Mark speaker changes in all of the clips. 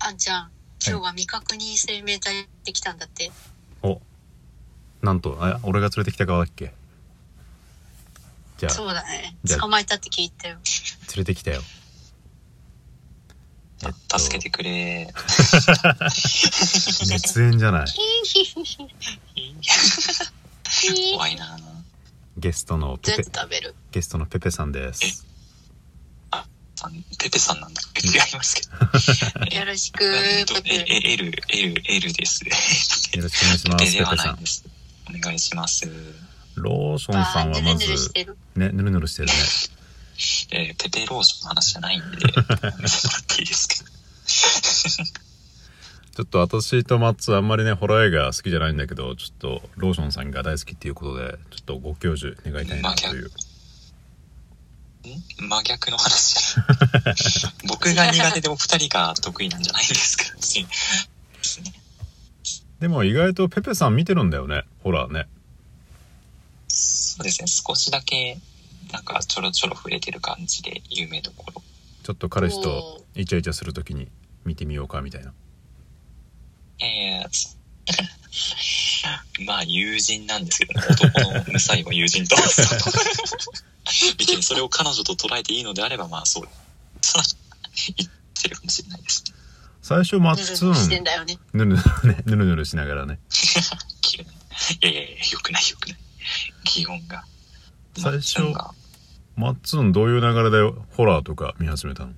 Speaker 1: あんちゃん、今日は未確認生命体できたんだって。
Speaker 2: おなんとあ俺が連れてきた側だっけじゃあ
Speaker 1: そうだね
Speaker 2: じゃ。あ
Speaker 1: 捕まえたって聞いたよ。
Speaker 2: 連れてきたよえっと
Speaker 3: 助けてくれ。
Speaker 2: 熱演じゃない
Speaker 1: ヒヒヒヒヒ
Speaker 3: 怖いな
Speaker 2: ゲストの
Speaker 1: どう
Speaker 2: ペ
Speaker 1: やって
Speaker 2: ペ
Speaker 1: 食べる
Speaker 2: ゲストのペペさんです
Speaker 3: あペペさんなんだ。違いますけど。
Speaker 1: よろしく
Speaker 3: えっ、と
Speaker 1: ペ
Speaker 3: え
Speaker 1: ペ。、
Speaker 3: え L、L、L です。
Speaker 2: よろしくお願いします
Speaker 3: ペ
Speaker 2: ペペ
Speaker 3: ペではな
Speaker 2: さ
Speaker 3: い
Speaker 2: ん
Speaker 3: です。お願いします。
Speaker 2: ローション
Speaker 1: あ
Speaker 2: さん
Speaker 1: ー、
Speaker 2: は
Speaker 1: ぬ
Speaker 2: ま
Speaker 1: るぬるし
Speaker 2: ず
Speaker 1: てる。
Speaker 2: ねぬるぬるしてるね
Speaker 3: えーペペローションの話じゃ ないんで、見てもらっていいですか
Speaker 2: ちょっと私とマッツあんまりねホラー映画好きじゃないんだけどちょっとローションさんが大好きっていうことでちょっとご教授願いたいなという
Speaker 3: ん真逆の話じゃない。僕が苦手でお二人が得意なんじゃないですか。ですね
Speaker 2: でも意外とペペさん見てるんだよねホラーね
Speaker 3: そうですね。少しだけ、なんかちょろちょろ触れてる感じで、有名どころ。
Speaker 2: ちょっと彼氏とイチャイチャするときに見てみようかみたいな
Speaker 3: えーそまあ友人なんですけど、ね、男の無才も友人 と。別にそれを彼女と捉えていいのであれば、まあそう、そう言ってるかもしれないですね。
Speaker 2: 最初マ
Speaker 1: ぬるぬ
Speaker 2: ッ
Speaker 1: る
Speaker 2: ツ
Speaker 1: して
Speaker 2: ン
Speaker 1: んだよね。
Speaker 2: ぬるぬるねぬ るぬるしながらね
Speaker 3: 切れない。いやいやいや、よくないよくない。気温が。
Speaker 2: 最初
Speaker 3: まあが
Speaker 2: マッツンどういう流れでホラーとか見始めたの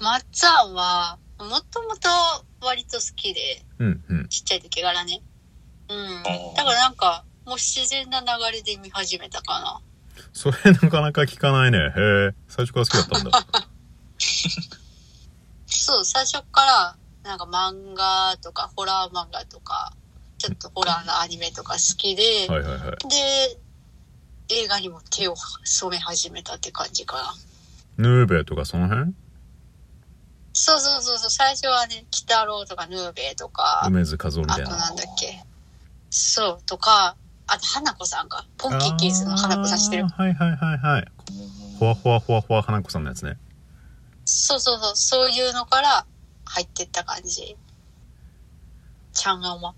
Speaker 1: まっちゃんは、もともと割と好きで、
Speaker 2: うんうん
Speaker 1: ちっちゃい時からね。うん。だからなんか、もう自然な流れで見始めたかな。
Speaker 2: それなかなか聞かないねへえ最初から好きだ ったんだ
Speaker 1: そう、最初から、なんか漫画とか、ホラー漫画とか、ちょっとホラーのアニメとか好きで、
Speaker 2: はいはいはい
Speaker 1: で、映画にも手を染め始めたって感じかな。
Speaker 2: ヌーベとかその辺
Speaker 1: そうそうそうそう、最初はね、鬼太郎とかヌーベイとか、
Speaker 2: 梅津和夫み
Speaker 1: あ
Speaker 2: た
Speaker 1: と
Speaker 2: いな
Speaker 1: なんだっけ、そう、とか、あと花子さんか。ポッキーキーズの花子さんしてる
Speaker 2: あ。ーはいはいはいはいほわほわほわほわ花子さんのやつね
Speaker 1: そうそうそう、そういうのから入ってった感じ。ちゃんがま。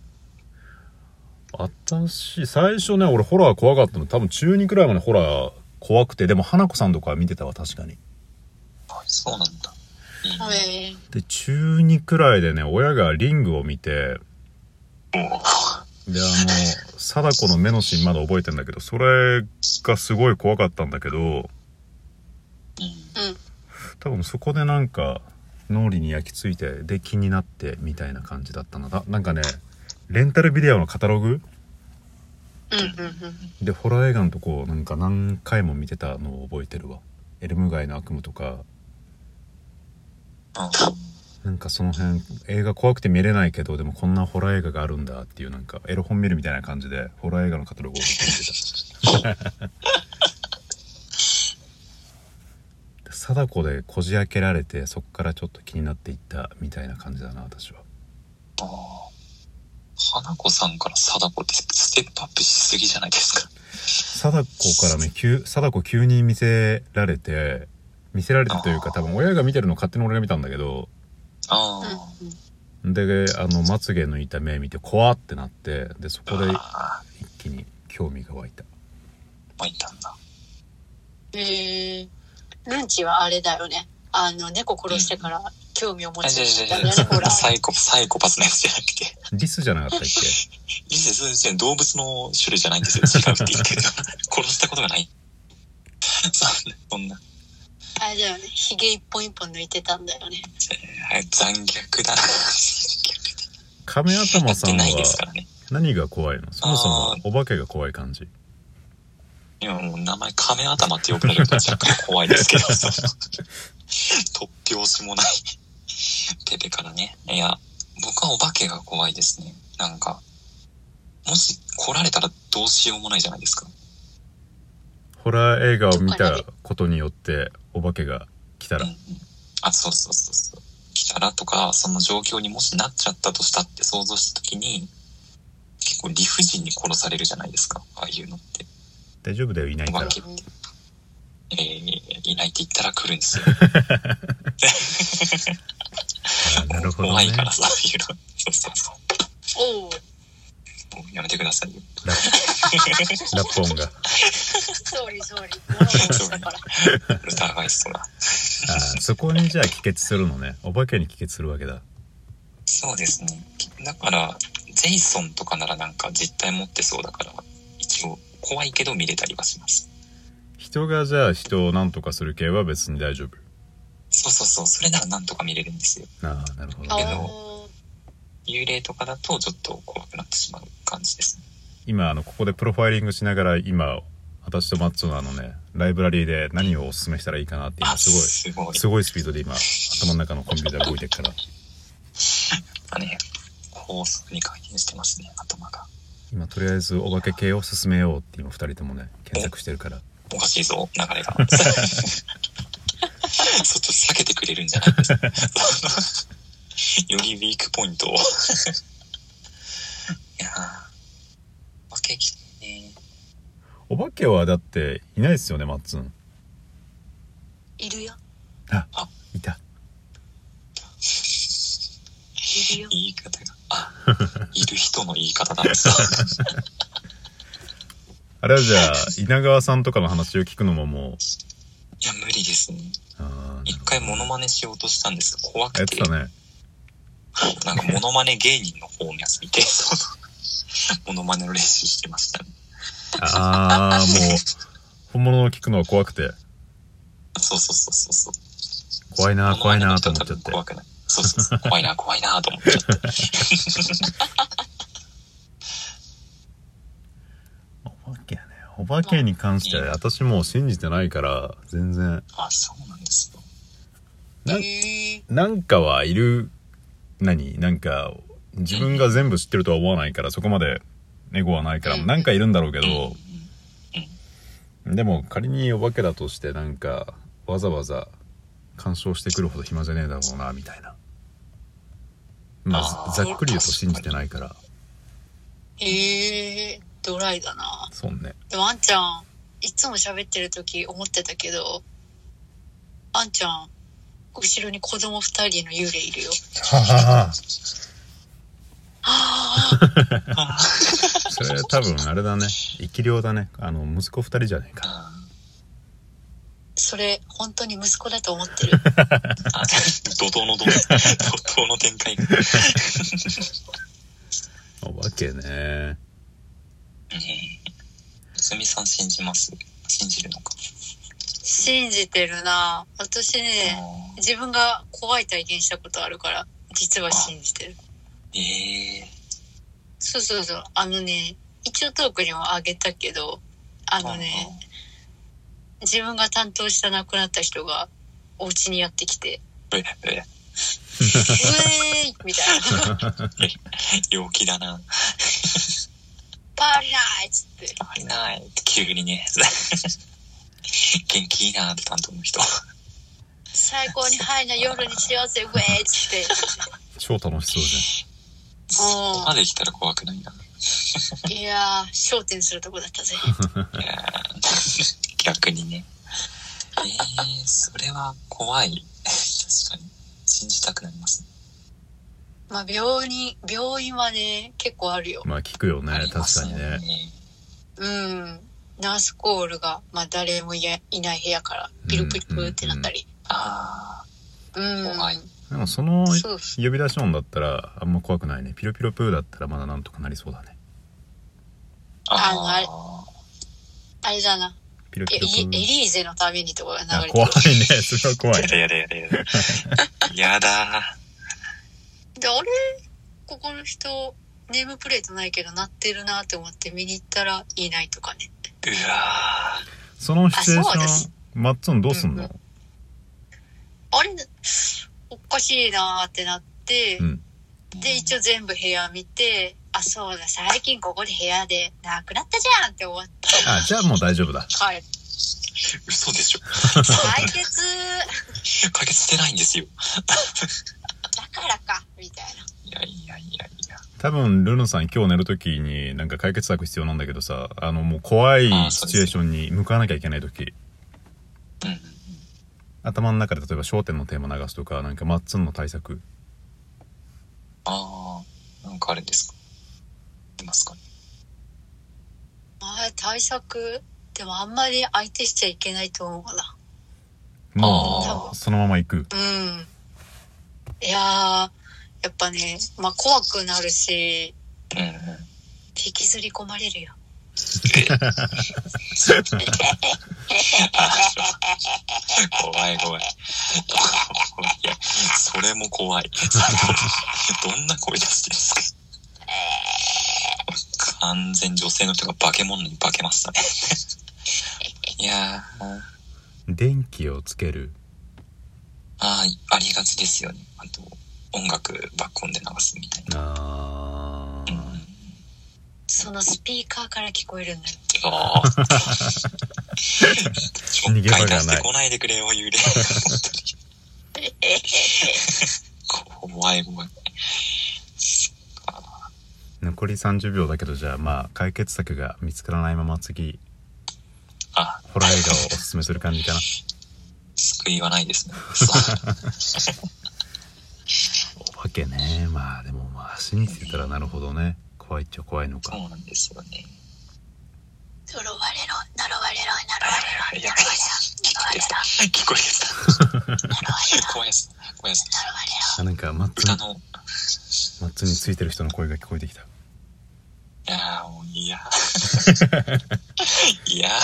Speaker 2: 私最初ね俺ホラー怖かったの多分中2くらいまでホラー怖くてでも花子さんとかは見てたわ確かに
Speaker 3: そうなんだ。
Speaker 1: うえ
Speaker 2: で中2くらいでね親がリングを見て
Speaker 3: うんもう
Speaker 2: であの貞子の目のシーンまだ覚えてんだけどそれがすごい怖かったんだけど
Speaker 3: うん
Speaker 1: うん。
Speaker 2: 多分そこでなんか脳裏に焼き付いてで気になってみたいな感じだったなだなんかねレンタルビデオのカタログ
Speaker 1: うんうんうん。
Speaker 2: でホラー映画のとこをなんか何回も見てたのを覚えてるわ「エルム街の悪夢」とか
Speaker 3: うん
Speaker 2: なんかその辺映画怖くて見れないけどでもこんなホラー映画があるんだっていうなんかエロ本見るみたいな感じでホラー映画のカタログを見てたで 貞子でこじ開けられてそっからちょっと気になっていったみたいな感じだな私は
Speaker 3: あー花子さんから貞子ってステップアップしすぎじゃないですか。
Speaker 2: 貞子からね急貞子急に見せられて見せられてというか多分親が見てるの勝手に俺が見たんだけど
Speaker 3: あ
Speaker 1: うん
Speaker 3: あ。
Speaker 1: うん
Speaker 2: であのまつげ抜いた目見て怖ってなってでそこで
Speaker 3: あ
Speaker 2: 一気に興味が湧いた
Speaker 3: ーまあ、いたんだ。
Speaker 1: えー、ルンチはあれだよね。あの、猫殺してから興味を持
Speaker 3: あ、
Speaker 1: ち
Speaker 3: じゃ
Speaker 1: 始
Speaker 3: じ
Speaker 1: めた
Speaker 3: ゃ
Speaker 1: ん
Speaker 3: じ
Speaker 1: だ
Speaker 3: ゃ
Speaker 1: よね、ほら。
Speaker 3: サイコ、サイコパスのやつじゃなくて。
Speaker 2: リスじゃなかったっけ
Speaker 3: いいです全然動物の種類じゃないんですよ。違うって言っ てるけど。殺したことがない。そんな、そんな、
Speaker 1: あれだよね。ヒゲ一本一本抜いてたんだよね。
Speaker 3: えー残虐だな。
Speaker 2: 亀頭さ
Speaker 3: や
Speaker 2: ん
Speaker 3: って
Speaker 2: は
Speaker 3: ないですからね。
Speaker 2: 何が怖いのそもそもお化けが怖い感じ
Speaker 3: 今もう名前亀頭って呼ばれると若干怖いですけど、その突拍子もない。ペペからね。いや、僕はお化けが怖いですね。なんか、もし来られたらどうしようもないじゃないですか。
Speaker 2: ホラー映画を見
Speaker 1: ど
Speaker 2: た
Speaker 1: こ
Speaker 2: ことによってお化けが来たら
Speaker 3: うんうんあ、そうそうそうそう。来たらとか、その状況にもしなっちゃったとしたって想像した時に、結構理不尽に殺されるじゃないですか。ああいうのって。
Speaker 2: 大丈夫だよいないから
Speaker 3: お化け えーいないって言ったら来るんですよ。
Speaker 2: なるほどね
Speaker 3: 怖いからさ、いろいろ。そうそうそ
Speaker 1: おお
Speaker 3: う。もうやめてくださいよ。
Speaker 2: ララッポンが。あ
Speaker 1: 総理総理物をしたから
Speaker 3: ウルターガイストが。
Speaker 2: ーそこにじゃあ帰結するのね。お化けに帰結するわけだ。
Speaker 3: そうですね。だから、ジェイソンとかならなんか実体持ってそうだから、一応怖いけど見れたりはします。
Speaker 2: 人がじゃあ人を何とかする系は別に大丈夫。
Speaker 3: そうそうそう。それならなんとか見れるんですよ。
Speaker 2: ああ、なるほど
Speaker 1: あ
Speaker 3: け
Speaker 2: ね。
Speaker 1: ー
Speaker 3: 幽霊とかだとちょっと怖くなってしまう感じですね。
Speaker 2: 今あのここでプロファイリングしながら今私とマッツォのあのねライブラリーで何をおすすめしたらいいかなって今すご
Speaker 3: すご
Speaker 2: い
Speaker 3: い。す
Speaker 2: すごいスピードで今頭の中のコンピューターが動いてるから
Speaker 3: ごい。ね、高速に回転してますね、頭が。
Speaker 2: 今とりあえずお化け系を進めようって今2人ともね検索してるから
Speaker 3: おかしいぞ、流 れが。そっちを避けてくれるんじゃないですか。よりウィークポイン トを。いやー、負けきね。
Speaker 2: お化けはだっていないですよねマッツン
Speaker 1: いるよ
Speaker 2: いた
Speaker 1: いるよ
Speaker 3: 言い方が、 あ、いる人の言い方だった。
Speaker 2: あれはじゃあ稲川さんとかの話を聞くのももう
Speaker 3: いや、無理ですね。
Speaker 2: あー
Speaker 3: 一回モノマネしようとしたんですが、怖
Speaker 2: や
Speaker 3: く、
Speaker 2: っててたね
Speaker 3: なんかモノマネ芸人の方のやつ見て、 そのモノマネの練習してましたね。
Speaker 2: ああもう本物を聞くのは怖くて
Speaker 3: そうそうそうそうそう。
Speaker 2: 怖いな怖いなと思っちゃって
Speaker 3: 怖くない。そうそう そう。怖いな、怖いなと思っちゃって。
Speaker 2: お化けやねお化けに関しては私もう信じてないから全然
Speaker 3: あ、そうなんですよ。
Speaker 1: え
Speaker 2: な
Speaker 1: ー
Speaker 2: なんかはいる何なんか自分が全部知ってるとは思わないからそこまでエゴはないから
Speaker 1: うん
Speaker 2: なんかいるんだろうけ
Speaker 3: うん
Speaker 2: どでも仮にお化けだとしてなんかわざわざ干渉してくるほど暇じゃねえだろうなみたいなまあ
Speaker 3: あー
Speaker 2: ざっくり言うと信じてないから
Speaker 1: えードライだな
Speaker 2: そうね
Speaker 1: でもあんちゃんいつも喋ってる時思ってたけどあんちゃん後ろに子供二人の幽霊い るよ
Speaker 2: はは
Speaker 1: あ
Speaker 2: それ多分あれだね生き量だねあの息子2人じゃねえか
Speaker 3: あ
Speaker 1: ーそれ本当に息子だと思ってる
Speaker 3: あ怒涛の怒涛の展開が。ね
Speaker 2: お化けね
Speaker 3: えすみさん信じます信じるのか。
Speaker 1: 信じてるな私ね
Speaker 3: あ
Speaker 1: 自分が怖い体験したことあるから実は信じてる
Speaker 3: ーええ
Speaker 1: そうそうそうあのね一応トークにもあげたけどあのね自分が担当した亡くなった人がお家にやってきて
Speaker 3: あーええ
Speaker 1: 「うえーい!」みたいな
Speaker 3: 陽気だな。
Speaker 1: 「パーリーナイ!」っつって
Speaker 3: あれない。急にね。 元気いいなって担当の人。
Speaker 1: 「最高にハイな夜に幸せうえー!」っつって
Speaker 2: 超楽しそうじゃん
Speaker 3: そこまで来たら怖くないな。
Speaker 1: いやー焦点するとこだったぜ
Speaker 3: いやー 逆にね。えー、それは怖い。確かに。信じたくなりますね。
Speaker 1: まあ病院病院はね結構あるよ
Speaker 2: まあ聞くよ
Speaker 3: あ
Speaker 2: ね
Speaker 3: りま
Speaker 2: 確
Speaker 3: す
Speaker 2: か
Speaker 3: よ
Speaker 2: にね。
Speaker 1: うんナースコールが、まあ、誰もいやいない部屋からピルピルピルってなったり
Speaker 3: あ
Speaker 1: うん
Speaker 3: うん怖い
Speaker 2: でもその
Speaker 1: そうっす
Speaker 2: 呼び出し音だったらあんま怖くないねピロピロプーだったらまだなんとかなりそうだね
Speaker 3: ーあー。
Speaker 1: ああれだな
Speaker 2: ピロ
Speaker 1: え
Speaker 2: ピ
Speaker 1: い
Speaker 2: ロプ
Speaker 1: エ
Speaker 2: ー
Speaker 1: リーゼのためにとかが
Speaker 2: あ
Speaker 1: 流れて
Speaker 2: 怖い
Speaker 1: る
Speaker 2: ねそれは怖い
Speaker 3: やだやだやだやだ。 やだ
Speaker 1: であれここの人ネームプレートないけど鳴ってるなって思って見に行ったらいないとかね
Speaker 3: ー。うわ
Speaker 2: そのシチュエー
Speaker 1: あそうで
Speaker 2: ショ
Speaker 1: す
Speaker 2: ンマッツンどうすんの、
Speaker 1: うんあれおかしいなーってなって、
Speaker 2: うん
Speaker 3: ー。
Speaker 1: で一応全部部屋見てあそうだ最近ここで部屋でなくなったじゃんって思って
Speaker 2: あじゃあもう大丈夫だ
Speaker 1: 帰る
Speaker 3: 嘘でしょ。
Speaker 1: 解決
Speaker 3: 解決してないんですよ。
Speaker 1: だからかみたいない
Speaker 3: やいやいやいや。
Speaker 2: 多分ルノさん今日寝る時になんか解決策必要なんだけどさあのもう怖い
Speaker 3: あ
Speaker 2: シ
Speaker 3: そうです
Speaker 2: チュエーションに向かわなきゃいけない時
Speaker 3: うんうんうん。
Speaker 2: 頭の中で例えば『焦点』のテーマ流すとかなんかマッツンの対策
Speaker 3: なんかあるんですかありますかね
Speaker 1: あー対策でもあんまり相手しちゃいけないと思うな
Speaker 2: も
Speaker 1: あー
Speaker 2: うそのまま行く
Speaker 1: うんいやーやっぱねまあ怖くなるし
Speaker 3: うんうん。
Speaker 1: 引きずり込まれるよ
Speaker 3: 怖い怖い。いや、それも怖い。 どんな声出してるんですか完全女性の人が化け物に化けまし たね。いやー、
Speaker 2: 電気をつける
Speaker 3: あーありがちですよね。あと、音楽爆音で流すみたいな。
Speaker 2: あ
Speaker 3: うん
Speaker 2: ー
Speaker 1: そのスピーカーから聞こえるんだよ
Speaker 3: あーち ょ
Speaker 2: 逃
Speaker 3: っ
Speaker 2: げ場
Speaker 3: か
Speaker 2: が
Speaker 3: い
Speaker 2: な
Speaker 3: 出
Speaker 2: い
Speaker 3: してこないでくれよ、幽霊。 怖い怖い。そっか
Speaker 2: 残り30秒だけどじゃあまあ解決策が見つからないまま次
Speaker 3: あ、
Speaker 2: ホラー映画をおすすめする感じかな
Speaker 3: 救いはないですね。そう
Speaker 2: お化けねまあでもまあ足についたらなるほどね怖いっちゃ怖いのか
Speaker 3: そうなんですよね。
Speaker 1: 呪われろ呪われろ
Speaker 3: あ
Speaker 1: 呪われろ呪われろ
Speaker 3: いや、聞こえてきた。聞こえてきた。怖いです。怖いです。
Speaker 1: 呪われろ
Speaker 2: あなんかマッツ
Speaker 3: 豚
Speaker 2: に
Speaker 3: の、
Speaker 2: マッツについてる人の声が聞こえてきた
Speaker 3: いやー、もういや。いやー、